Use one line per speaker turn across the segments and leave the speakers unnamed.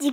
自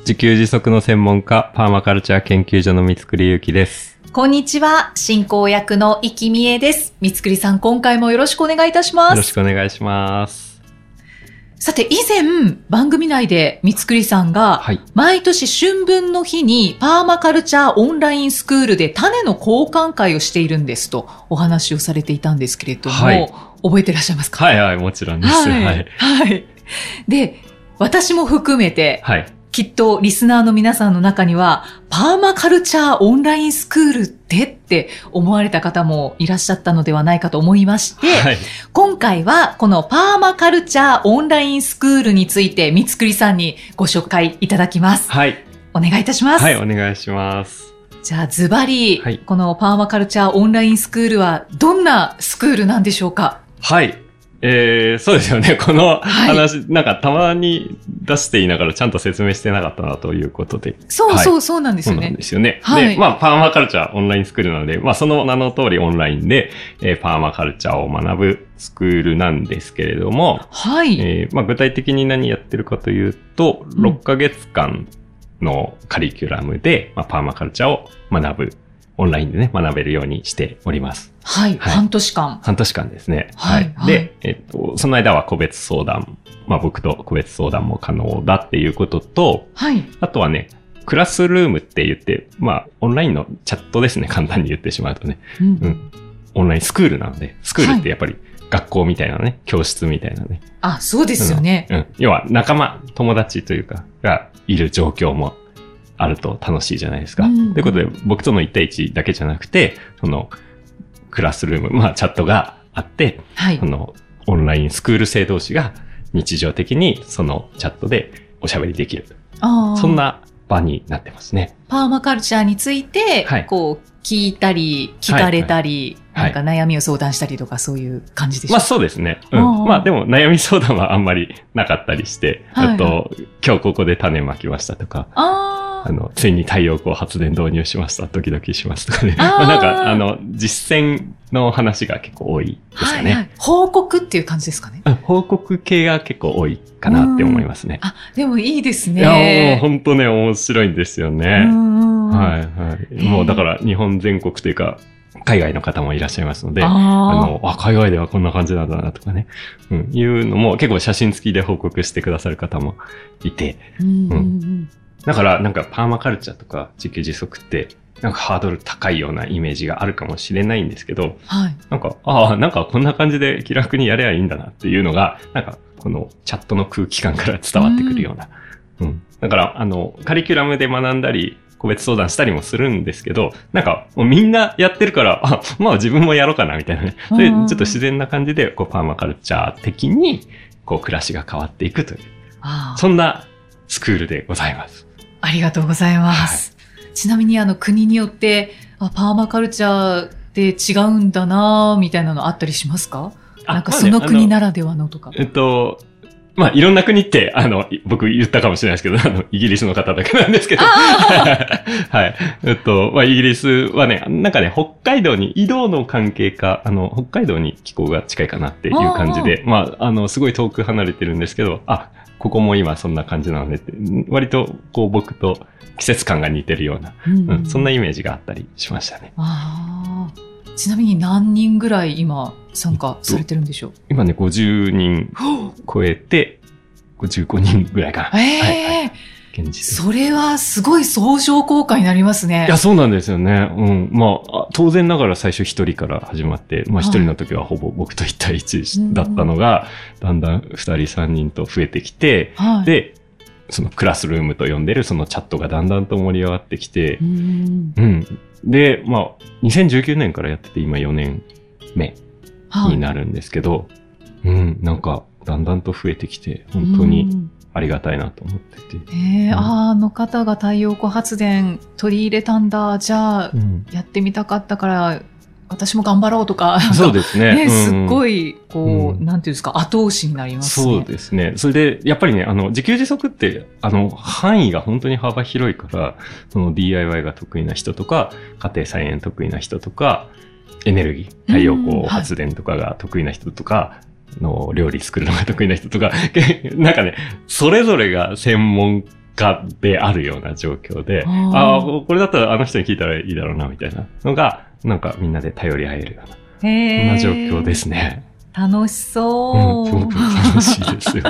自給自足の専門家、パーマカルチャー研究所の三栗ゆうきです。
こんにちは進行役の生きみえです三栗さん今回もよろしくお願いいたし
よ
ま
ろ
す
しくお願いします。
さて以前番組内で三栗さんが、
はい。
毎年春分の日にパーマカルチャーオンラインスクールで種の交換会をしているんですとお話をされていたんですけれども、
はい
覚えてらっしゃいますか
はいはい、もちろんです。はい。
は
はいい。。
はいで、私も含めて、きっとリスナーの皆さんの中には、パーマカルチャーオンラインスクールってって思われた方もいらっしゃったのではないかと思いまして、
はい。
今回はこのパーマカルチャーオンラインスクールについて、三つくりさんにご紹介いただきます。
はい。
お願いいたします。
はい、お願いします。
じゃあ、ズバリ、
はい
このパーマカルチャーオンラインスクールはどんなスクールなんでしょうか
はい。えー、そうですよね。 この
はい
話、なんかたまに出していながらちゃんと説明してなかったなということで。
そう
はい
そうそうなんです
そう
よ
な
ね
ん。ですよね。
はい
で、まあ、パーマカルチャーオンラインスクールなので、まあ、その名の通りオンラインで、えーパーマカルチャーを学ぶスクールなんですけれども、
はい。
えーまあ、具体的に何やってるかというと、
うん
6ヶ月間のカリキュラムで、まあ、パーマカルチャーを学ぶ、オンラインでね、学べるようにしております。
はい、
はい
半年間。
半年間ですね。
はいはい
で、えっと、その間は個別相談、まあ、僕と個別相談も可能だっていうことと、
はい。
あとはね、クラスルームって言って、まあ、オンラインのチャットですね、簡単に言ってしまうとね。
うん
うんオンラインスクールなので、スクールってやっぱり学校みたいなね、教室みたいなね、
あ、そうですよね。
うん。要は仲間、友達というか、がいる状況もあると楽しいじゃないですか。
うん
ということで、僕との1対1だけじゃなくて、その、クラスルーム、まあ、チャットがあって、
はい
そ。の、オンラインスクール生同士が日常的にそのチャットでおしゃべりできる。
あー
そんな場になってますね。
パーマカルチャーについて、
はい
こう、聞いたり、聞かれたり、
はいはい
なんか悩みを相談したりとか、そういう感じでしょう
まあそうですね。う
うんうん
ん。まあでも悩み相談はあんまりなかったりして、
はいはい
あと、今日ここで種まきましたとか、
あ
あの、ついに太陽光発電導入しました。ドキドキしますとかね。
あー
まあなんか、あの、実践の話が結構多い
あ、
ですか
はい、
ね。
はい。報告っていう感じですかね。
あ報告系が結構多いかなって思いますね。
あ、でもいいです
いや、もう
ね。
本当ね、面白いんですよ
う
ね。
んうんうん
はいはい。もうだから、日本全国というか、海外の方もいらっしゃいますので、あ
あ
の、あ、海外ではこんな感じなんだなとかね。うん、いうのも結構写真付きで報告してくださる方もいて、
ーうんうんうん
だから、なんかパーマカルチャーとか自給自足って、なんかハードル高いようなイメージがあるかもしれないんですけど、
はい。
なんか、ああ、なんかこんな感じで気楽にやればいいんだなっていうのが、なんかこのチャットの空気感から伝わってくるような。うん。だから、あの、カリキュラムで学んだり、個別相談したりもするんですけど、なんか、もうみんなやってるから、あ、まあ自分もやろうかな、みたいなね。そういう
うん
ちょっと自然な感じで、こう、パーマカルチャー的に、こう、暮らしが変わっていくという、
あー
そんなスクールでございます。
ありがとうございます。ちなみにあの国によってあパーマカルチャーで違うんだなぁみたいなのあったりしますか
あ
なんか
まあ
そ
ね
の国
あ
ならではのとか。
えっと、まあ、いろんな国って、あの、い僕言ったかもしれないですけど、あの、イギリスの方だけなんですけど。 はい。えっと、まあ、イギリスはね、なんかね、北海道に、移動の関係か、あの、北海道に気候が近いかなっていう感じで、まあ、あの、すごい遠く離れてるんですけど、あ、ここも今そんな感じなのでって、ん割と、こう、僕と季節感が似てるような、
うん
うん、そんなイメージがあったりしましたね。
あーちなみに何人ぐらい今参加されてるんでしょう、
今ね、50人超えて、55人ぐらいかな。
え
はいはい
え
現実
それはすごい相乗効果になりますね
い。や、そうなんですよね。うん。まああ、当然ながら最初一人から始まって、まあ
はい
一人の時はほぼ僕と一
う
対
ん
一だったのが、だんだん二人三人と増えてきて、
はい、
で、そのクラスルームと呼んでるそのチャットがだんだんと盛り上がってきて
う、ん
うん。で、まあ、2019年からやってて今4年目
はい
になるんですけど、うん、なんか、だんだんと増えてきて、本当に、
うん
ありがたいなと思ってて。
ええ
うん
あーあの方が太陽光発電取り入れたんだ。じゃあ、
うん、
やってみたかったから、私も頑張ろうとか。
そうですね。
ね、すっ
うん
ごい、こう、
うん
なんていうんですか、後押しになりますね。
そうですね。それで、やっぱりね、あの、自給自足って、あの、範囲が本当に幅広いから、その DIY が得意な人とか、家庭菜園得意な人とか、エネルギー、太陽
うんは
光
い
発電とかが得意な人とか、の料理作るのが得意な人とか、 けなんかね、それぞれが専門家であるような状況で、
あー
ああ、これだったらあの人に聞いたらいいだろうな、みたいなのが、なんかみんなで頼り合えるような、
へ
そ
え
んな状況ですね。
楽しそう。
うん、すごく楽しいです よ。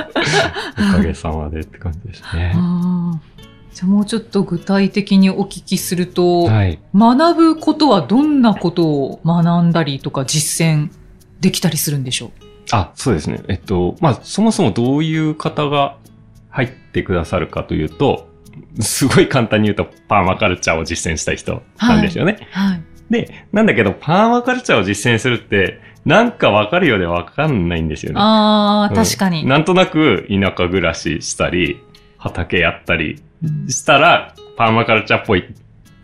おかげさまでって感じですね。
あーじゃあもうちょっと具体的にお聞きすると、
はい。
学ぶことはどんなことを学んだりとか実践できたりするんでしょ
あ、そうですね。えっと、まあ、そもそもどういう方が入ってくださるかというと、すごい簡単に言うと、パーマカルチャーを実践したい人なんですよね。
うはい。
で、なんだけど、パーマカルチャーを実践するって、なんかわかるようでわかんないんですよね。
ああ、
うん
確かに。
なんとなく田舎暮らししたり、畑やったりしたら、パーマカルチャーっぽい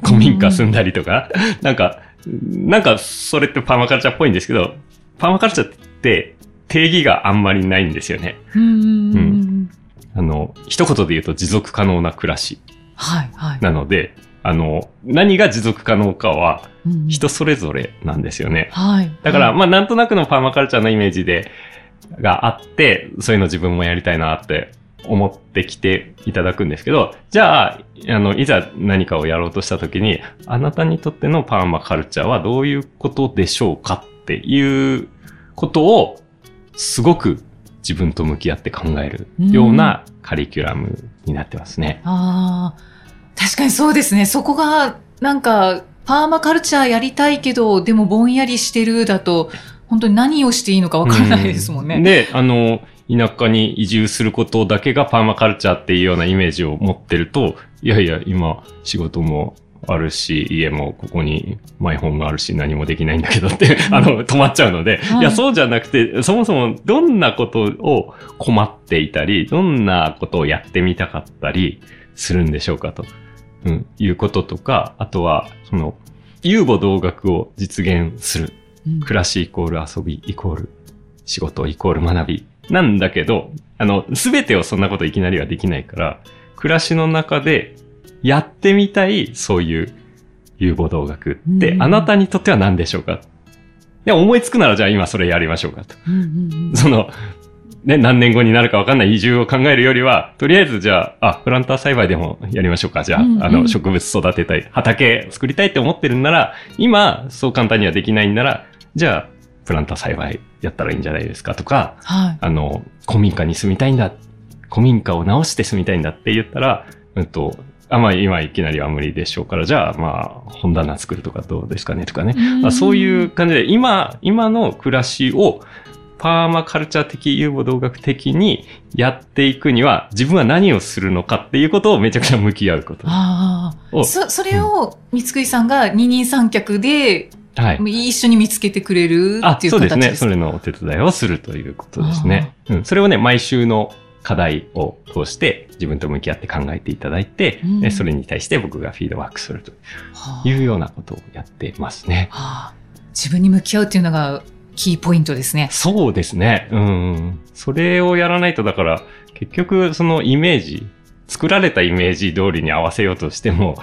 古民家住んだりとか、なんか、なんかそれってパーマカルチャーっぽいんですけど、パーマカルチャーって定義があんまりないんですよね。
うんうんうん。
あの、一言で言うと持続可能な暮らし
はい、はい。
なので、あの、何が持続可能かは
うん
人それぞれなんですよね。
はい。
だから、
はい
まあ、なんとなくのパーマカルチャーのイメージで、があって、そういうの自分もやりたいなって思ってきていただくんですけど、じゃあ、あの、いざ何かをやろうとした時に、あなたにとってのパーマカルチャーはどういうことでしょうかっていうことを、すごく自分と向き合って考えるようなカリキュラムになってますね。
ああ、確かにそうですね。そこが、なんか、パーマカルチャーやりたいけど、でもぼんやりしてるだと、本当に何をしていいのかわからないですもんね。
うんで、あの、田舎に移住することだけがパーマカルチャーっていうようなイメージを持ってると、いやいや、今、仕事もあるし、家もここにマイホームがあるし、何もできないんだけどって、
うん
あの、止まっちゃうので、
はい
いや、そうじゃなくて、そもそもどんなことを困っていたり、どんなことをやってみたかったりするんでしょうかと、うん、いうこととか、あとは、その、遊母同学を実現する
うん
暮らしイコール遊びイコール仕事イコール学びなんだけど、あの、すべてをそんなこといきなりはできないから、暮らしの中でやってみたいそういう有望動学って、
うん
あなたにとっては何でしょうかで、思いつくならじゃあ今それやりましょうかと。
うんうんうん
その、ね、何年後になるかわかんない移住を考えるよりは、とりあえずじゃあ、あ、プランター栽培でもやりましょうか。じゃあ、
うんうん
あの、植物育てたい、畑作りたいって思ってるんなら、今、そう簡単にはできないんなら、じゃあ、プランター栽培やったらいいんじゃないですかとか、
はい。
あの、古民家に住みたいんだ。古民家を直して住みたいんだって言ったら、うんと、あ、まあ今いきなりは無理でしょうから、じゃあまあ本棚作るとかどうですかねとかね。まあ、そういう感じで、今、今の暮らしをパーマカルチャー的、遊母動学的にやっていくには、自分は何をするのかっていうことをめちゃくちゃ向き合うこと。
あ
お
あ。そ、それを、三つくさんが二人三脚で、
はい。
一緒に見つけてくれる
あ
っ、ていう
そう
形
で
ですす
ね。それのお手伝いをするということですね。うん、それをね、毎週の課題を通して自分と向き合って考えていただいて、
うん
でそれに対して僕がフィードバックすると
はあ
いうようなことをやってますね。
はあ自分に向き合うっていうのがキーポイントです ね。
そうですね。うん。それをやらないと、だから、結局、そのイメージ、作られたイメージ通りに合わせようとしても、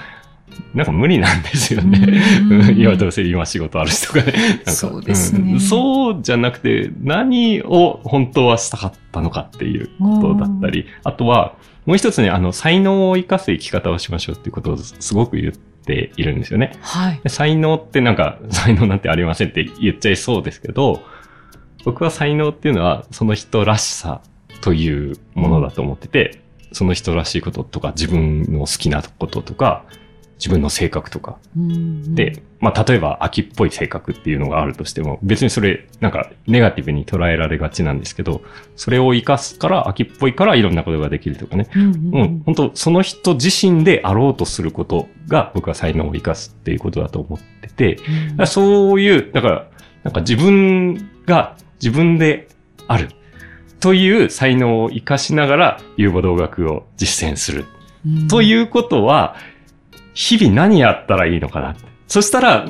なんか無理なんですよね。
うん
うん 今どうせ今仕事あるしとかね。なんか
そうですね
んそうじゃなくて、何を本当はしたかったのかっていうことだったり、あとは、もう一つね、あの、才能を生かす生き方をしましょうっていうことをすごく言っているんですよね。
はい。
で才能ってなんか、 才能なんてありませんって言っちゃいそうですけど、僕は才能っていうのは、その人らしさというものだと思ってて、その人らしいこととか、自分の好きなこととか、自分の性格とか。で、まあ、例えば、秋っぽい性格っていうのがあるとしても、別にそれ、なんか、ネガティブに捉えられがちなんですけど、それを活かすから、秋っぽいからいろんなことができるとかね。
うん、うんう
うんん、本当その人自身であろうとすることが僕は才能を生かすっていうことだと思ってて、だからそういう、だから、なんか自分が自分である。という才能を活かしながら遊母同学を実践する。
うん
ということは、日々何やったらいいのかなって。そしたら、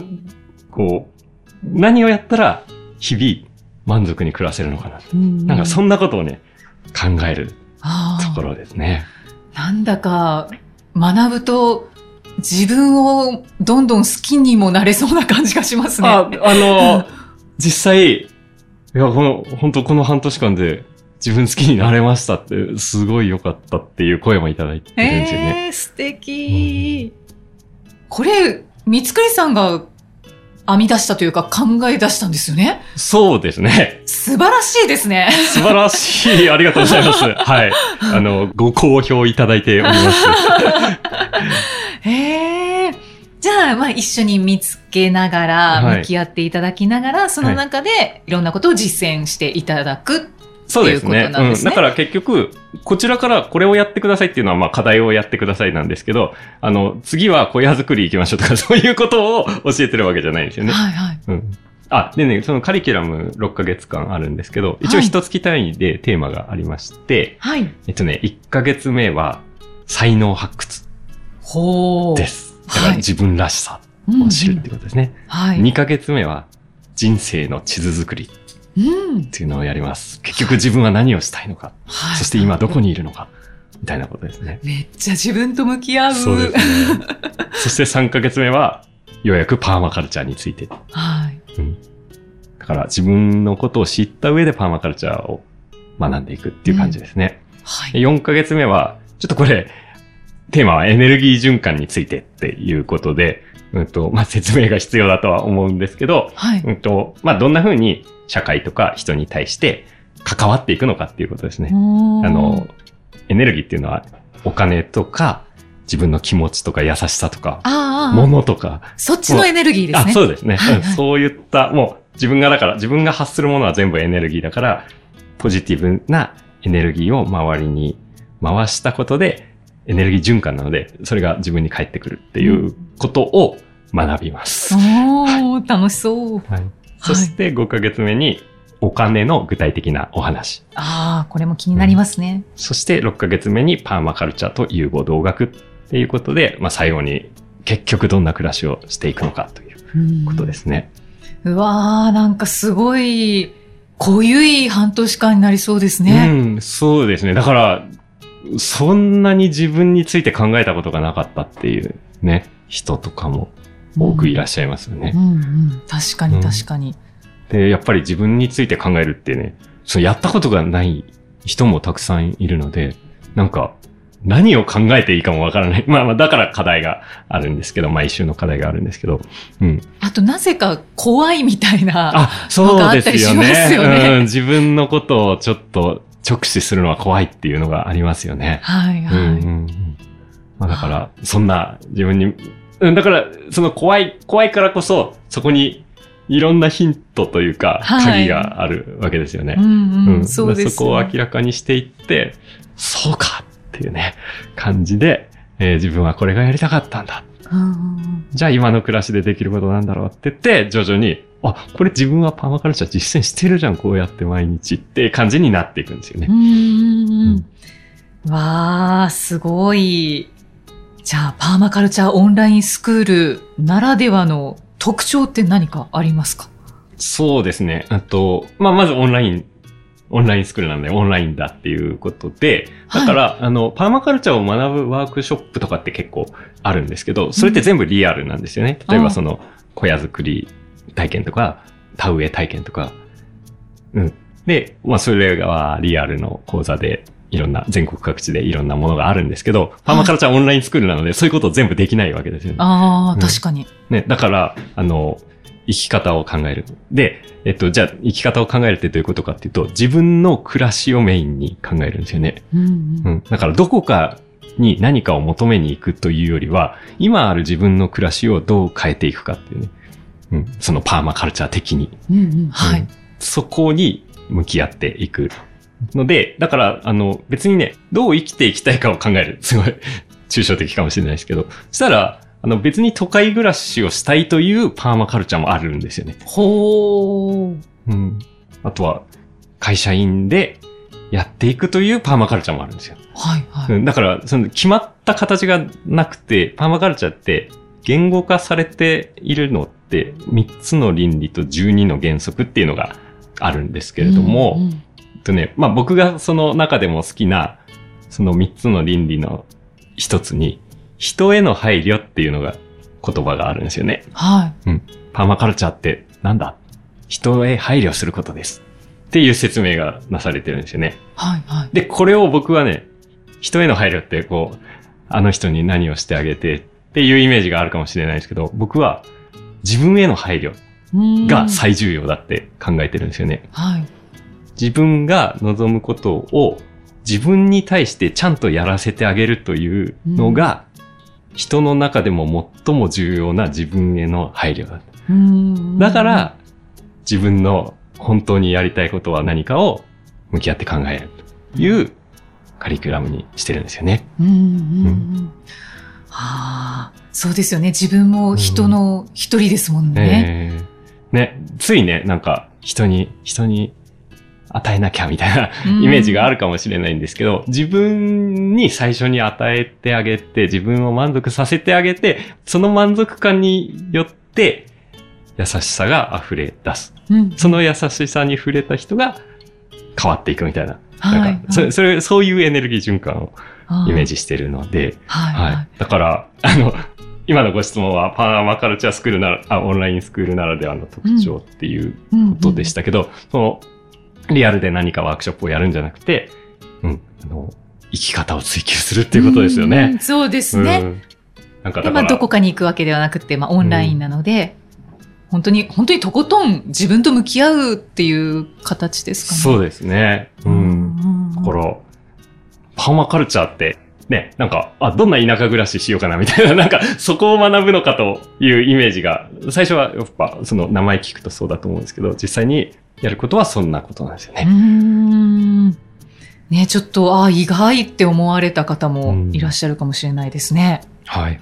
こう、何をやったら日々満足に暮らせるのかな。
うん
なんかそんなことをね、考える
あ
と
ー
ころですね。
なんだか、学ぶと、自分をどんどん好きにもなれそうな感じがしますね。
あ、あの、 実際、いや、この、本当この半年間で自分好きになれましたって、すごい良かったっていう声もいただいてるんですよね。
えー、素敵。これ、三つくりさんが編み出したというか考え出したんですよね。
そうですね。
素晴らしいですね。
素晴らしい。ありがとうございます。はい。あの、ご好評いただいており ます。
へえ。じゃあ、まあ一緒に見つけなが
は
ら、
い
向き合っていただきながら、その中でいろんなことを実践していただく。
そうです
っていう
ね
ことなんですね
うん。だから結局、こちらからこれをやってくださいっていうのは、まあ課題をやってくださいなんですけど、あの、次は小屋作り行きましょうとか、そういうことを教えてるわけじゃないんですよね。
はいはい。
うん。あ、でね、そのカリキュラム6ヶ月間あるんですけど、一応
はい
一月単位でテーマがありまして、
はい。
えっとね、1ヶ月目は、才能発掘
ほう。
です。だから
はい
自分らしさ
うんう
を
ん。
知るってことですね。
はい。
2ヶ月目は、人生の地図作りっ
うん。
ていうのをやります。結局自分は何をしたいのか、
はい。
そして今どこにいるのか、みたいなことですね。
めっちゃ自分と向き合う。
そうですね。そして3ヶ月目は、ようやくパーマカルチャーについて。だ
はい。
から自分のことを知った上でパーマカルチャーを学んでいくっていう感じですね。
はい。
4ヶ月目は、ちょっとこれ、テーマはエネルギー循環についてっていうことで、うんと、まあ、説明が必要だとは思うんですけど、
はい。
うんと、まあ、どんな風に社会とか人に対して関わっていくのかっていうことですね。あ
あ
の、、エネルギーっていうのはお金とか自分の気持ちとか優しさとか、
ああ、
物とか、
そっちのエネルギーですね。
あ、そうですね、
はい
うんそういった、もう自分がだから、自分が発するものは全部エネルギーだから、ポジティブなエネルギーを周りに回したことで、エネルギー循環なので、それが自分に返ってくるっていうことを学びます。
おー、楽しそう。
はい、そして5ヶ月目にお金の具体的なお話。
ああ、これも気になりますね。。
そして6ヶ月目にパーマカルチャーと融合同学っていうことで、まあ最後に結局どんな暮らしをしていくのかということですすね。
うわあ、なんかすごい、濃ゆい半年間になりそうですね。
うん、そうですね。だから、そんなに自分について考えたことがなかったっていうね、人とかも多くいらっ
し
しゃいますよね。
うんうん。確か
うん
に確かに。
で、やっぱり自分について考えるってね、そのやったことがない人もたくさんいるので、なんか、何を考えていいかもわからない。 まあまあ、だから課題があるんですけど、毎週の課題があるんですけど、うん。
あと、なぜか怖いみたいな。
あ、そう
なんかあ
ですよ
ったりします
ね。
よね
うん、自分のことをちょっと直視するのは怖いっていうのがありますよね。
はい
うんうん
は
うんまあだから、そんな自分に、うん、だから、その怖い、怖いからこそ、そこにいろんなヒントというか、
はい
鍵があるわけですよね
い。う。んうん。
そ
そうですね。
そこを明らかにしていって、そうかっていうね、感じで、えー自分はこれがやりたかったんだ。
うんうんうん
じゃあ今の暮らしでできることなんだろうって言って、徐々に、あ、これ自分はパーマカルチャー実践してるじゃん、こうやって毎日って感じになっていくんですよね
う。んうんうん。わあ、すごい。じゃあ、パーマカルチャーオンラインスクールならではの特徴って何かありますか
そうですね。あと、まあ、まずオンライン、オンラインスクールなのでオンラインだっていうことで、だから、あの、パーマカルチャーを学ぶワークショップとかって結構あるんですけど、それって全部リアルなんですよね。
うん
例えば
あ
その、小屋作り体験とか、田植え体験とか。うん。で、まあ、それがリアルの講座で、いろんな、全国各地でいろんなものがあるんですけど、パーマカルチャーオンラインスクールなので、そういうことを全部できないわけですよね。
ああ、
うん
確かに。
ね、だから、あの、生き方を考える。で、えっと、じゃあ、生き方を考えるってどういうことかっていうと、自分の暮らしをメインに考えるんですよね。
うん
うん。だから、どこかに何かを求めに行くというよりは、今ある自分の暮らしをどう変えていくかっていうね。うん。そのパーマカルチャー的に。
うんうんうんは
う
い
ん。そこに向き合っていく。ので、だから、あの、別にね、どう生きていきたいかを考える。すごい、抽象的かもしれないですけど。そしたら、あの、別に都会暮らしをしたいというパーマカルチャーもあるんですよね。
ほう。
うん。あとは、会社員で、やっていくというパーマカルチャーもあるんですよ。
はいは
う
い。
んだから、その決まった形がなくて、パーマカルチャーって言語化されているのって、3つの倫理と12の原則っていうのがあるんですけれども、
うんうん
えっとね、まあ僕がその中でも好きな、その3つの倫理の一つに、人への配慮っていうのが言葉があるんですよね。
はい。
パーマカルチャーってなんだ人へ配慮することです。っていう説明がなされてるんですよね。
はいはい。
で、これを僕はね、人への配慮ってこう、あの人に何をしてあげてっていうイメージがあるかもしれないですけど、僕は自分への配慮
うん
が最重要だって考えてるんですよね。
はい。
自分が望むことを自分に対してちゃんとやらせてあげるというのが、人の中でも最も重要な自分への配慮だ。
うん
だか、ら、自分の本当にやりたいことは何かを向き合って考えるというカリキュラムにしてるんですよね。
うんうんうん。ああ、そうですよね。自分も人の一人ですもんね。
えーね、ついね、なんか人に、人に与えなきゃみたいな
うん
イメージがあるかもしれないんですけど、自分に最初に与えてあげて、自分を満足させてあげて、その満足感によって、優しさが溢れ出す。
うん
その優しさに触れた人が変わっていくみたいな。
は
なん
い
か。それそれ、そういうエネルギー循環をイメージしてるので、
はい。はい
はい。だから、 あの、今のご質問は、パーマカルチャースクールなら、あ、オンラインスクールならではの特徴っていう
うん
ことでしたけど、その、リアルで何かワークショップをやるんじゃなくて、うん、あの、生き方を追求するっていうことですよ
うんう
ね
ん。そうです
うん
ね。。
なんか
で、
だ
ま
か
あ、
ら、
どこかに行くわけではなくて、まあ、オンラインなので、本当に、本当にとことん自分と向き合うっていう形ですかね。
そうですね。うん。
ん
だから、パーマカルチャーって、ね、なんか、あ、どんな田舎暮らししようかなみたいな、 なんか、そこを学ぶのかというイメージが、最初はやっぱ、その名前聞くとそうだと思うんですけど、実際にやることはそんなことなんですよ
うー
ね。
ん。ね、ちょっと、ああ、意外って思われた方もいらっしゃるかもしれないですね。
はい。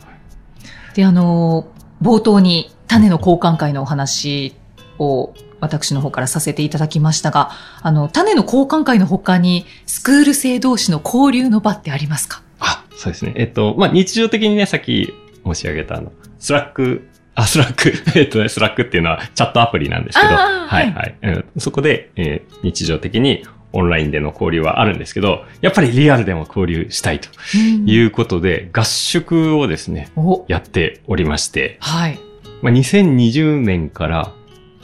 で、あの、冒頭に種の交換会のお話を私の方からさせていただきましたが、あの、種の交換会の他に、スクール生同士の交流の場ってありますか
あ、そうですね。えっと、まあ、日常的にね、さっき申し上げたあの、スラック、あ、スラック、 えっとね、スラックっていうのはチャットアプリなんですけど、
あー
はい
は
はい、うんそこで、えー日常的にオンラインでの交流はあるんですけど、やっぱりリアルでも交流したいとい
うん。
うことで、合宿をですね、
お、
やっておりまして、
はい。
まあ、2020年から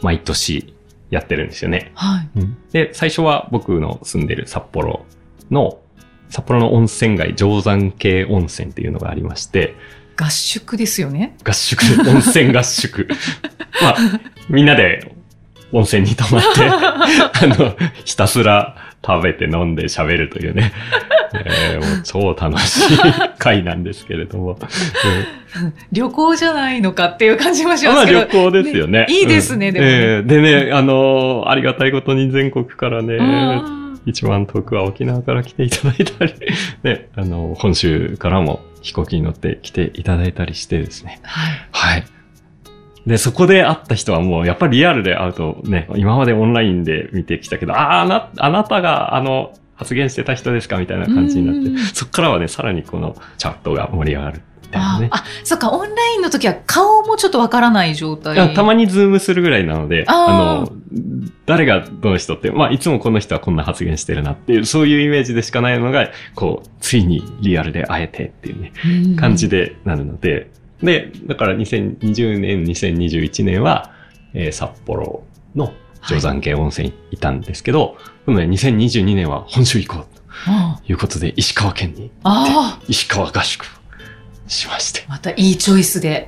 毎年やってるんですよね。
はい。
で、最初は僕の住んでる札幌の、札幌の温泉街、定山系温泉っていうのがありまして、
合宿ですよね。
合宿、温泉合宿。まあ、みんなで温泉に泊まって、あの、ひたすら食べて飲んで喋るというね、えーもう超楽しい会なんですけれども。うん
旅行じゃないのかっていう感じもし
ま
ます
あ
けど。
旅行ですよ
ね
ね。
いいですね
うん
でもね
ええでね、あのーありがたいことに全国からね、
あー
一番遠くは沖縄から来ていただいたり、 ね、あのー本州からも飛行機に乗って来ていただいたりしてですね。
はい。
はい。で、そこで会った人はもう、やっぱりリアルで会うとね、今までオンラインで見てきたけど、ああ、な、あなたがあの、発言してた人ですかみたいな感じに
うんうんう
なんって、そこからはね、さらにこのチャットが盛り上がるみたいな
あ
ね
ー、。あそっか、オンラインの時は顔もちょっとわからない状態。
あたまにズームするぐらいなので、
あ
あの、誰がどの人って、まあ、いつもこの人はこんな発言してるなっていう、そういうイメージでしかないのが、こう、ついにリアルで会えてっていうね、
に
感じ。でなるので、で、だから2020年、2021年は、えー札幌の定山系温泉いたんですけど、今度ね、2022年は本州行こう
あー
ということで、石川県に、
あ
石川合宿をしまして
ー、。またいいチョイスで。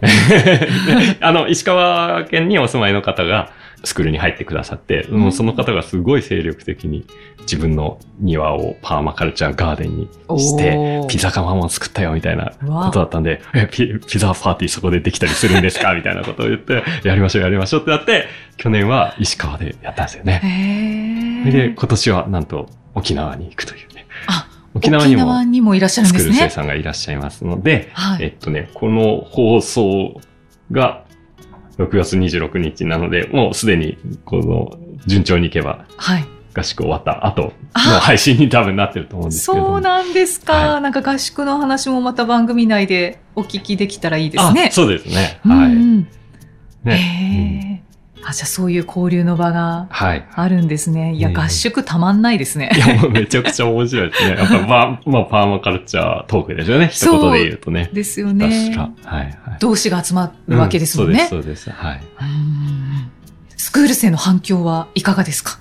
あの、石川県にお住まいの方がスクールに入ってくださって、もうその方がすごい精力的に自分の庭をパーマカルチャーガーデンにして、
おー
ピザ窯も作ったよみたいな
わあ
ことだったんで、えピピザパーティーそこでできたりするんで すかみたいなことを言って、やりましょうやりましょうってなって、去年は石川でやったんですよね。
へ
で、
え。
今年はなんと沖縄に行くというね。
あ
沖縄に
沖
も
縄にもいらっしゃるん
ス
で
クー
す
ル生
ね。
さんがいらっしゃいますので、
は
え
い。
っとね、この放送が6月26日なので、もうすでに、この、順調にいけば、
はい。
合宿終わった後の配信に多分なってると思うんですけれども。
そうなんですか、
は
なんか合宿の話もまた番組内でお聞きできたらいいですね
あ。そうですね。はい。
うんうん
ね。
へえ、あ、じゃあそういう交流の場が
はい。
あるんですね。いや、
うん
合宿たまんないですね
い。や、もうめちゃくちゃ面白いで すね。やっぱ、まあ、まあ、パーマカルチャートークですよね。一言で言うとね。
ですよ
確
ね。
か。はい、はい。
同士が集まるわけですもん
う
ね。
そうです、そうです。はい。
うんスクール生の反響はいかがですか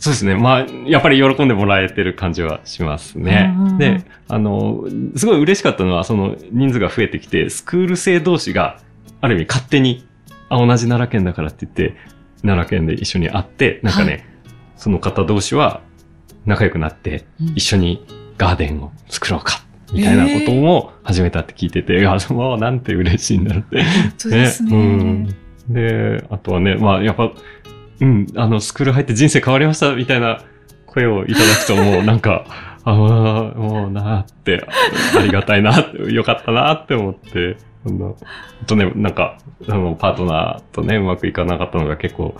そうですね。まあ、やっぱり喜んでもらえてる感じはしますね
うんうんうん。
で、あの、すごい嬉しかったのは、その人数が増えてきて、スクール生同士が、ある意味勝手に、あ、同じ奈良県だからって言って、奈良県で一緒に会って、なんかね、
は
その方同士は仲良くなって、
うん
一緒にガーデンを作ろうか、みたいなことも始めたって聞いてて、あ、そのままなんて嬉しいんだろうって
本当ですね。
うん、で、あとはね、まあ、やっぱ、うん、あの、スクール入って人生変わりました、みたいな声をいただく と、もうなんか、ああ、もうなーって、ありがたいなって、よかったなって思って、あの、あとね、なんか、あの、パートナーとね、うまくいかなかったのが結構、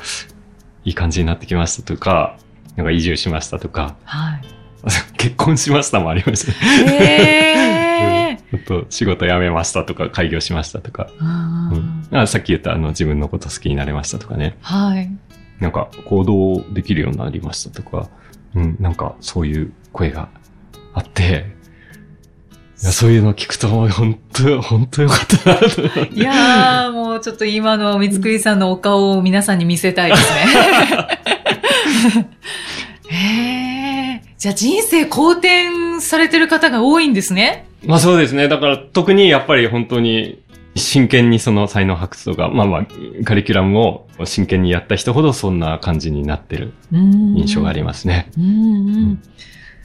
いい感じになってきましたとか、なんか移住しましたとか、
はい。
結婚しましたもありましたね。
へえ。
あと、仕事辞めましたとか、開業しましたとか、
あー
うん、あさっき言ったあの自分のこと好きになれましたとかね
はい。
なんか行動できるようになりましたとか、うん、なんかそういう声があっていやそういうのを聞くと本当 本当よかったなと思って
いやー、もうちょっと今の三つくりさんのお顔を皆さんに見せたいですね。へーじゃあ人生好転されてる方が多いんですね。
まあそうですねだから特にやっぱり本当に真剣にその才能発掘とかまあまあカリキュラムを真剣にやった人ほどそんな感じになってる印
印
象がありますね、
うんうん
ん。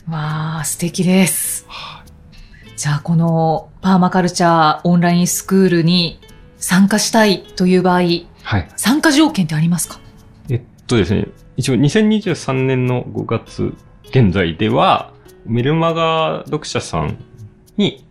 わあ、素敵です。じゃあ、このパーマカルチャーオンラインスクールに参加したいという場合、
はい
参加条件ってありますか
えっとですね、一応2023年の5月現在では、メルマガ読者さんに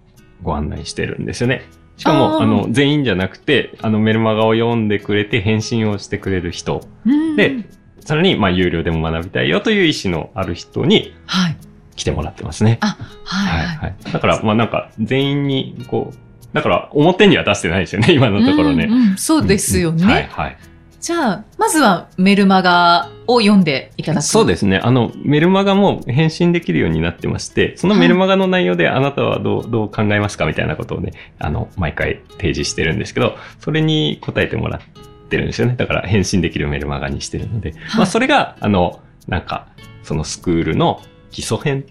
ご案内してるんですよね。しかも、
あー
あの、全員じゃなくて、あの、メルマガを読んでくれて返信をしてくれる人、
うん
で、さらに、まあ、有料でも学びたいよという意思のある人に
はい。
来てもらってますね。
あ、はい、はい。
はい。だから、まあ、なんか、全員に、こう、だから、表には出してないですよね、今のところね。
うんうんそうですよね。
うんうんはい、はい。
じゃあ、まずはメルマガを読んでいただく。。
そうですすね。あの、メルマガも返信できるようになってまして、そのメルマガの内容であなたはどう、どう考えますかみたいなことをね、あの、毎回提示してるんですけど、それに答えてもらってるんですよね。だから返信できるメルマガにしてるので、まあ、それが、あの、なんか、そのスクールの基礎編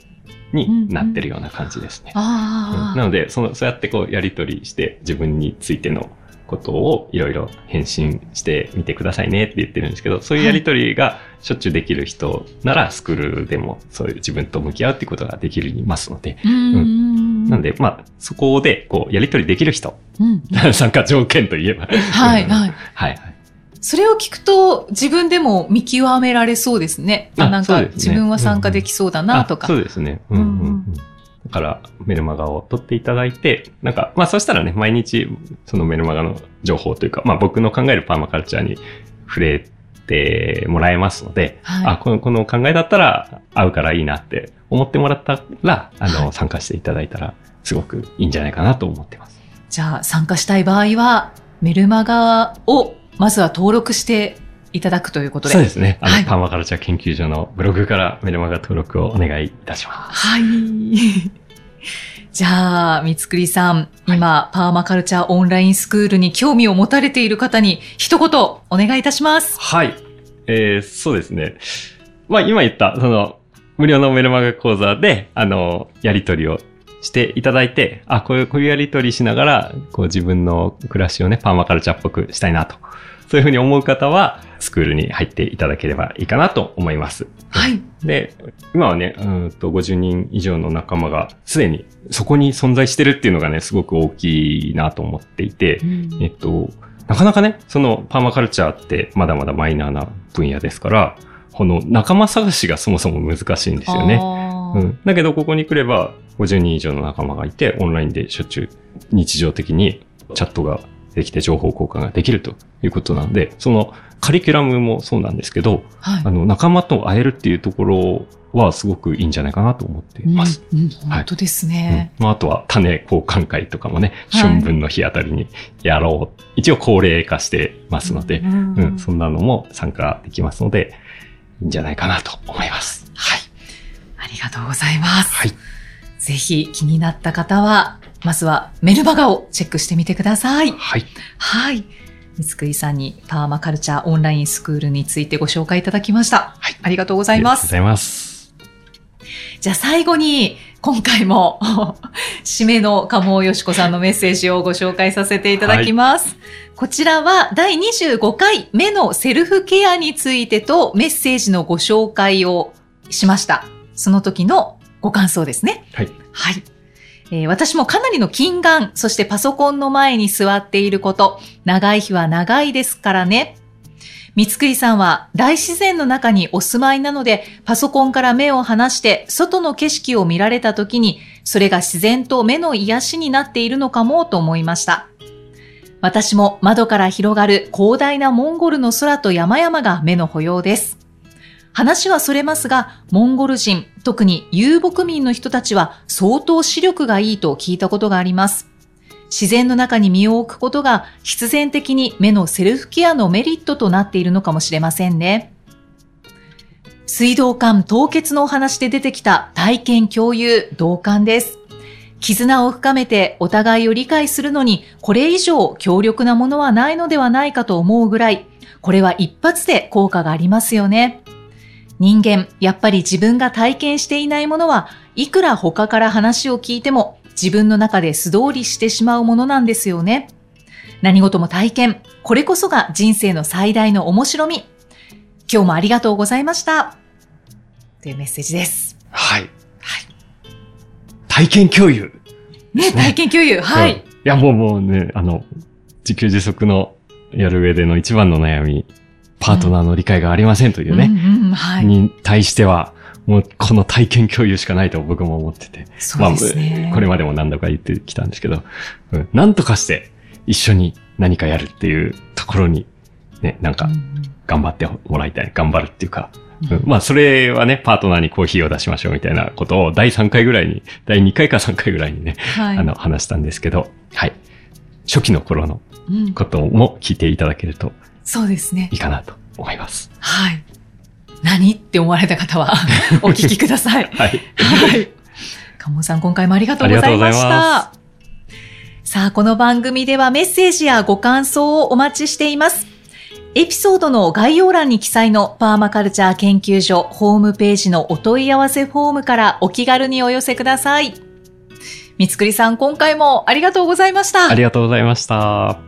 になってるような感じですね。うん
あ
な
あ、
ので、その、そうやってこう、やりとりして、自分についてのことをいろいろ返信してみてくださいねって言ってるんですけど、そういうやりとりがしょっちゅうできる人なら、スクールでもそういう自分と向き合うっていうことができるますので、
うんうんうん
なんで、まあ、そこで、こう、やりとりできる人、
うん
参加条件といえば。
はい、
うん
はい。
はい。
それを聞くと自分でも見極められそうですね。あ
あ
なん
そう
か
ですね
自分は参加できそうだなとか。
あそうですね。うんうん
うんう
うん。だから、メルマガを取っていただいて、なんか、まあそしたらね、毎日、そのメルマガの情報というか、まあ僕の考えるパーマカルチャーに触れてもらえますので、あ、
は
この、この考えだったら合うからいいなって思ってもらったら、あの、参加していただいたら、すごくいいんじゃないかなと思ってます。
い。じゃあ参加したい場合はメルマガをまずは登録していただくということで。
そうですね。あの、
はい
パーマカルチャー研究所のブログからメルマガ登録をお願いいたします。
はい。 じゃあ、三つくりさん、今、パーマカルチャーオンラインスクールに興味を持たれている方に、一言お願いいたします。
はい。えーそうですね。まあ、今言った、その、無料のメルマガ講座で、あの、やりとりをしていただいて、あ、こういう、こういうやりとりしながら、こう自分の暮らしをね、パーマカルチャーっぽくしたいなと。そういうふうに思う方は、スクールに入っていただければいいかなと思います。
はい。
で、今はね、うーんと、50人以上の仲間が、すでにそこに存在してるっていうのがね、すごく大きいなと思っていて、えっと、なかなかね、そのパーマカルチャーってまだまだマイナーな分野ですから、この仲間探しがそもそも難しいんですよね。
あ
う
ー
ん、だけど、ここに来れば、50人以上の仲間がいて、オンラインでしょっちゅう日常的にチャットができて情報交換ができるということなんで、そのカリキュラムもそうなんですけど、
はい
あ。の、仲間と会えるっていうところはすごくいいんじゃないかなと思っています。
うんうん本当ですね。
うんまあ、あとは種交換会とかもね、
はい
春分の日あたりにやろう。一応高齢化してますので、
ん
うん、そんなのも参加できますので、いいんじゃないかなと思います。はい。
ありがとうございます。
はい
ぜひ気になった方は、まずはメルマガをチェックしてみてください。
はい。
はい。三井さんにパーマカルチャーオンラインスクールについてご紹介いただきました。
はい
ありがとうございます。
ありがとうございます。
じゃあ最後に、今回も、 締めの鴨尾よしこさんのメッセージをご紹介させていただきます。こちらは第25回目のセルフケアについてとメッセージのご紹介をしました。その時のご感想ですね。
はい。
はい。えー私もかなりの近眼、そしてパソコンの前に座っていること、長い日は長いですからね。三井さんは大自然の中にお住まいなので、パソコンから目を離して外の景色を見られた時に、それが自然と目の癒しになっているのかもと思いました。私も窓から広がる広大なモンゴルの空と山々が目の保養です。話はそれますが、モンゴル人、特に遊牧民の人たちは相当視力がいいと聞いたことがあります。自然の中に身を置くことが必然的に目のセルフケアのメリットとなっているのかもしれませんね。水道管凍結のお話で出てきた体験共有、同感です。絆を深めてお互いを理解するのにこれ以上強力なものはないのではないかと思うぐらい、これは一発で効果がありますよね。人間、やっぱり自分が体験していないものは、いくら他から話を聞いても、自分の中で素通りしてしまうものなんですよね。何事も体験。これこそが人生の最大の面白み。今日もありがとうございました。というメッセージです。
はい。体験共有。
ね、体験共有。は
うんい
い。
や、もうもうね、あの、自給自足のやる上での一番の悩み、パートナーの理解がありませんという
うん
ね、
うん、はい。
に対しては、もうこの体験共有しかないと僕も思ってて。
そうですね
まあ、。これまでも何度か言ってきたんですけど、うん、なんとかして一緒に何かやるっていうところに、ね、なんか
うん
頑張ってもらいたい。頑張るっていうか、
う
うんんまあ、それはね、パートナーにコーヒーを出しましょうみたいなことを第3回ぐらいに、第2回か3回ぐらいにね、
はい。
あの、話したんですけど、はい。初期の頃の
うん
ことも聞いていただけると
そうですね
いい。かなと思います。
はい。何って思われた方 は、お聞きください。
はい。
はい。鴨さん、今回もありがとうございまし
ありがとうござい
た。さあ、この番組ではメッセージやご感想をお待ちしています。エピソードの概要欄に記載のパーマカルチャー研究所ホームページのお問い合わせフォームからお気軽にお寄せください。三つくりさん、今回もありがとうございました。
ありがとうございました。